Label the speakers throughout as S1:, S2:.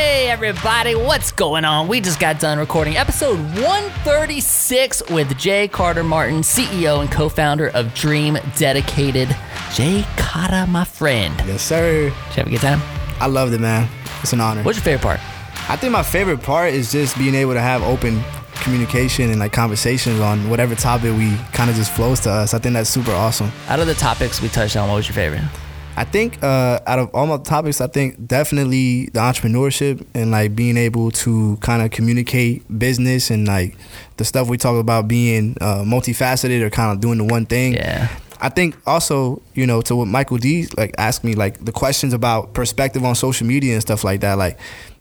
S1: everybody. What's going on? We just got done recording episode 136 with Jay Carter Martin, CEO and co founder of Dream Dedicated. Jay Carter, my friend. Did
S2: Yes, sir.
S1: you have a good time?
S2: I loved it, man. It's an honor.
S1: What's your favorite part?
S2: I think my favorite part is just being able to have open communication and like conversations on whatever topic we kind of just flows to us. I think that's super awesome.
S1: Out of the topics we touched on, what was your favorite?
S2: I think uh, out of all my topics, I think definitely the entrepreneurship and like being able to kind of communicate business and like the stuff we talk about being uh, multifaceted or kind of doing the one thing.
S1: Yeah.
S2: I think also, you know, to what Michael D like asked me, like the questions about perspective on social media and stuff like that. Like,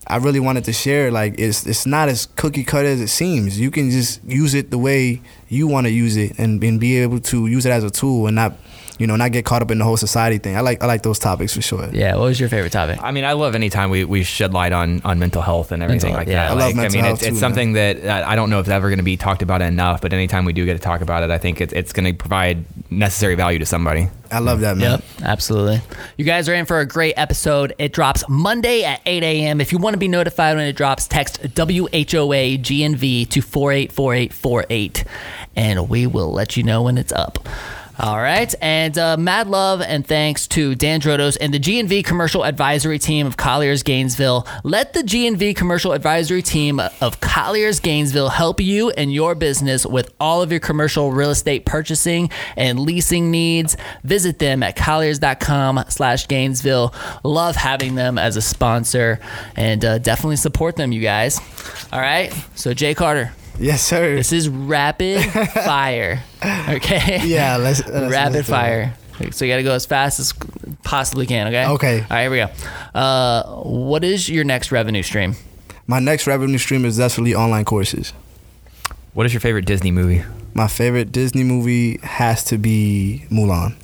S2: I really wanted to share. Like, it's it's not as cookie cutter as it seems. You can just use it the way you want to use it, and and be able to use it as a tool, and not, you know, not get caught up in the whole society thing. I like I like those topics for sure.
S1: Yeah, what was your favorite topic?
S3: I mean, I love any time we, we shed light on, on mental health and everything
S1: Mental health,
S3: like
S1: yeah.
S3: that.
S1: I
S2: love
S3: like,
S2: mental
S3: mean,
S2: health
S3: it's, it's
S2: too,
S3: something that that I don't know if it's ever going to be talked about enough, but anytime we do get to talk about it, I think it's, it's going to provide necessary value to somebody.
S2: I love that man.
S1: Yep, absolutely. You guys are in for a great episode. It drops Monday at 8 a.m. If you want to be notified when it drops, text WHOAGNV to 484848, and we will let you know when it's up. All right. And uh, mad love and thanks to Dan Drodos and the GNV commercial advisory team of Colliers Gainesville. Let the GNV commercial advisory team of Colliers Gainesville help you and your business with all of your commercial real estate purchasing and leasing needs. Visit them at colliers.com slash Gainesville. Love having them as a sponsor and uh, definitely support them, you guys. All right. So, Jay Carter,
S2: Yes, sir.
S1: this is rapid fire. Okay.
S2: yeah, let's, let's
S1: Rapid
S2: let's do it.
S1: fire. So you got to go as fast as possibly can. Okay.
S2: Okay.
S1: All right. Here we go. Uh, what is your next revenue stream?
S2: My next revenue stream is definitely online courses.
S3: What is your favorite Disney movie?
S2: My favorite Disney movie has to be Mulan.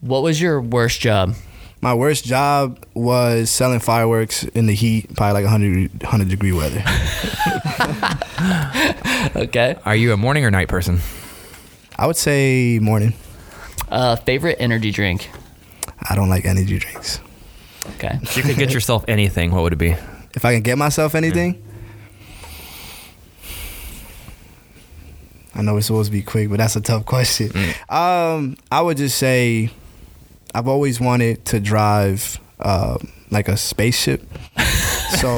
S1: What was your worst job?
S2: My worst job was selling fireworks in the heat, probably like 100, 100 degree weather.
S1: Okay.
S3: Are you a morning or night person?
S2: I would say morning.
S1: Uh, favorite energy drink.
S2: I don't like energy drinks.
S1: Okay.
S3: If you could get yourself anything, what would it be?
S2: If I can get myself anything, I know it's supposed to be quick, but that's a tough question.
S3: Mm.
S2: Um, I would just say I've always wanted to drive uh, like a spaceship. so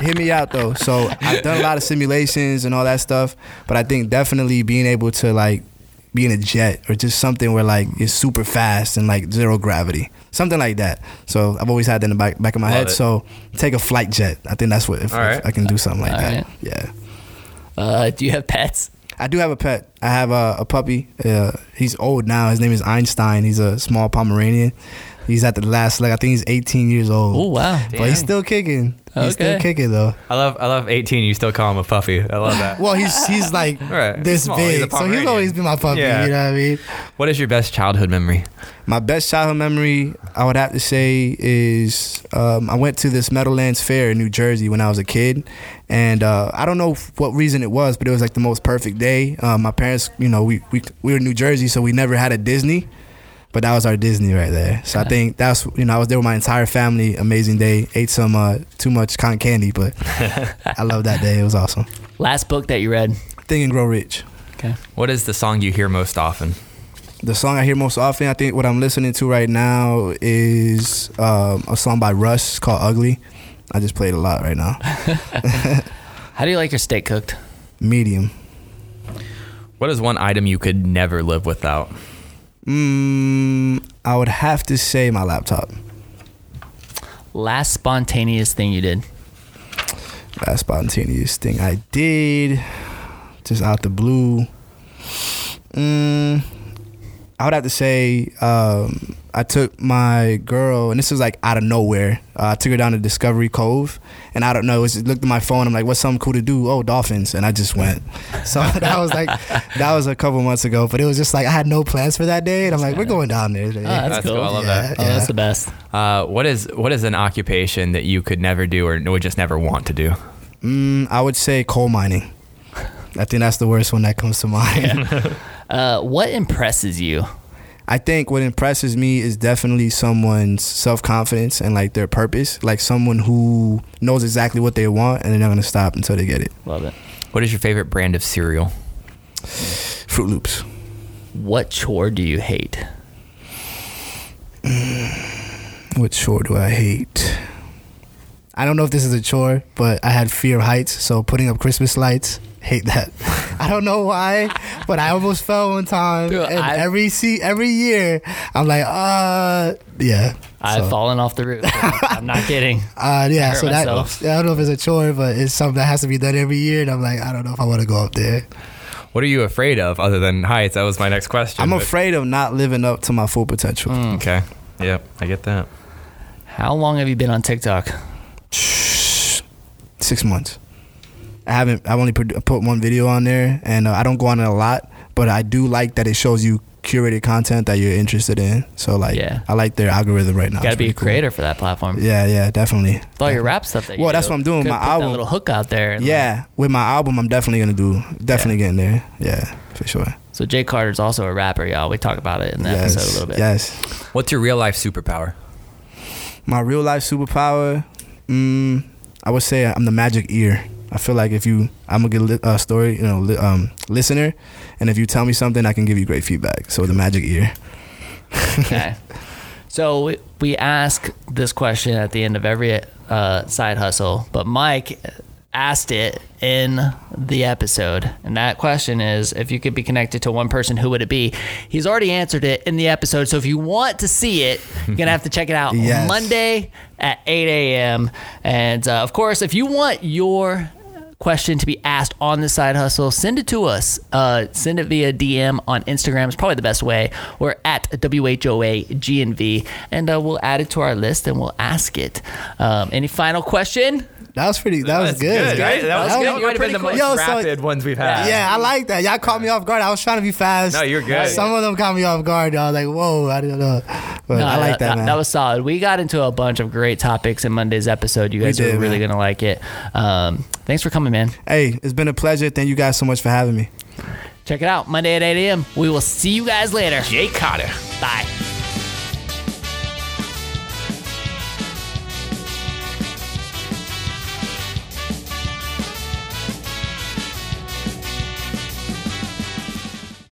S2: hit me out though. So I've done a lot of simulations and all that stuff, but I think definitely being able to like be in a jet or just something where like it's super fast and like zero gravity, something like that. So I've always had that in the back, back of my
S3: Love
S2: head.
S3: it.
S2: So take a flight jet. I think that's what if,
S3: All
S2: if
S3: right.
S2: I can do something like
S1: All
S2: that.
S1: right.
S2: Yeah.
S1: Uh, do you have pets?
S2: I do have a pet. I have a, a puppy. Uh, he's old now. His name is Einstein. He's a small Pomeranian. He's at the last leg. I think he's 18 years old.
S1: Oh wow.
S2: But he's still kicking. He's still
S1: Okay.
S2: kicking though.
S3: I love I love 18. You still call him a puffy. I love that.
S2: Well, he's he's like
S3: Right. He's
S2: this
S3: small. He's a
S2: big, so he's
S3: Pomeranian.
S2: always been my puppy.
S3: Yeah.
S2: You know what I mean?
S3: what is your best childhood memory?
S2: My best childhood memory, I would have to say, is um, I went to this Meadowlands Fair in New Jersey when I was a kid, and uh, I don't know f- what reason it was, but it was like the most perfect day. Uh, my parents, you know, we, we we were in New Jersey, so we never had a Disney, but that was our Disney right there. So I think that's you know I was there with my entire family. Amazing day. Ate some uh, too much cotton candy, but I love that day. It was awesome.
S1: Last book that you read.
S2: Think and grow rich.
S1: Okay.
S3: What is the song you hear most often?
S2: the song I hear most often, I think what I'm listening to right now is um, a song by Russ called Ugly. I just played a lot right now.
S1: How do you like your steak cooked?
S2: Medium.
S3: What is one item you could never live without?
S2: Mm, I would have to say my laptop.
S1: Last spontaneous thing you did.
S2: That spontaneous thing I did, just out the blue. Mm, I would have to say um, I took my girl, and this was like out of nowhere. Uh, I took her down to Discovery Cove, and I don't know. It looked at my phone. I'm like, "What's something cool to do?" Oh, dolphins, and I just went. So that was like that was a couple months ago, but it was just like I had no plans for that day, and I'm like, "We're going down there." Today.
S1: Oh, that's,
S3: That's
S1: cool.
S3: cool. I love
S2: Yeah.
S3: that.
S1: Oh, that's the best.
S3: Uh, what is what is an occupation that you could never do or would just never want to do?
S2: Mm, I would say coal mining. I think that's the worst one that comes to mind.
S1: Uh, what impresses you?
S2: I think what impresses me is definitely someone's self confidence and like their purpose, like someone who knows exactly what they want and they're not gonna stop until they get it.
S1: Love it.
S3: What is your favorite brand of cereal?
S2: Fruit Loops.
S1: What chore do you hate?
S2: What chore do I hate? I don't know if this is a chore, but I had fear of heights, so putting up Christmas lights, hate that. I don't know why, but I almost fell one time.
S1: Dude,
S2: and
S1: I-
S2: every see every year, I'm like, uh, yeah.
S1: I've
S2: So,
S1: fallen off the roof. I'm not kidding.
S2: Uh, yeah,
S1: hurt
S2: so that
S1: myself.
S2: I don't know if it's a chore, but it's something that has to be done every year, and I'm like, I don't know if I want to go up there.
S3: What are you afraid of other than heights? That was my next question.
S2: I'm
S3: but-
S2: afraid of not living up to my full potential.
S1: Mm.
S3: Okay. Yep, I get that.
S1: How long have you been on TikTok?
S2: six months. I haven't. I've only produ- put one video on there, and uh, I don't go on it a lot. But I do like that it shows you curated content that you're interested in. So like,
S1: Yeah.
S2: I like their algorithm right now.
S1: Got to
S2: It's
S1: be
S2: pretty
S1: a
S2: cool.
S1: creator for that platform.
S2: Yeah, yeah, definitely.
S1: With all your rap stuff that you
S2: Well, that's
S1: do,
S2: what I'm doing,
S1: could
S2: my
S1: put that
S2: album.
S1: little hook out there. and, like-
S2: Yeah, with my album, I'm definitely gonna do. Definitely getting there. Yeah, for sure.
S1: So Jay Carter's also a rapper, y'all. We talk about it in the
S2: yes,
S1: episode a little bit.
S2: yes.
S3: What's your real life superpower?
S2: My real life superpower. Mm, I would say I'm the magic ear. I feel like if you, I'm a good li- uh, story, you know, li- um, listener, and if you tell me something, I can give you great feedback. So the magic ear.
S1: Okay. So we- we ask this question at the end of every uh, side hustle, but Mike asked it in the episode. And that question is if you could be connected to one person, who would it be? He's already answered it in the episode. So if you want to see it, you're going to have to check it out
S2: Yes.
S1: Monday at 8 a.m. And uh, of course, if you want your question to be asked on the side hustle, send it to us. Uh, send it via DM on Instagram. It's probably the best way. We're at WHOAGNV, and uh, we'll add it to our list and we'll ask it. Um, any final question?
S2: That was pretty. That, was
S3: That's
S2: good.
S3: right? That, was,
S1: was
S3: good.
S1: good.
S3: You might have been the
S1: Pretty
S3: most
S2: close. Yo, so-
S3: rapid ones we've had.
S2: Yeah, I like that. Y'all caught me off guard. I was trying to be fast.
S3: No, you're good.
S2: Some of them caught me off guard. I was like, whoa, I didn't know. But
S1: No,
S2: I like that, man.
S1: Uh, That was solid. We got into a bunch of great topics in Monday's episode. You guys
S2: did,
S1: are really
S2: man.
S1: gonna like it. Um, thanks for coming, man.
S2: hey, it's been a pleasure. Thank you guys so much for having me.
S1: Check it out Monday at 8 a.m. We will see you guys later.
S3: Jay Cotter.
S1: Bye.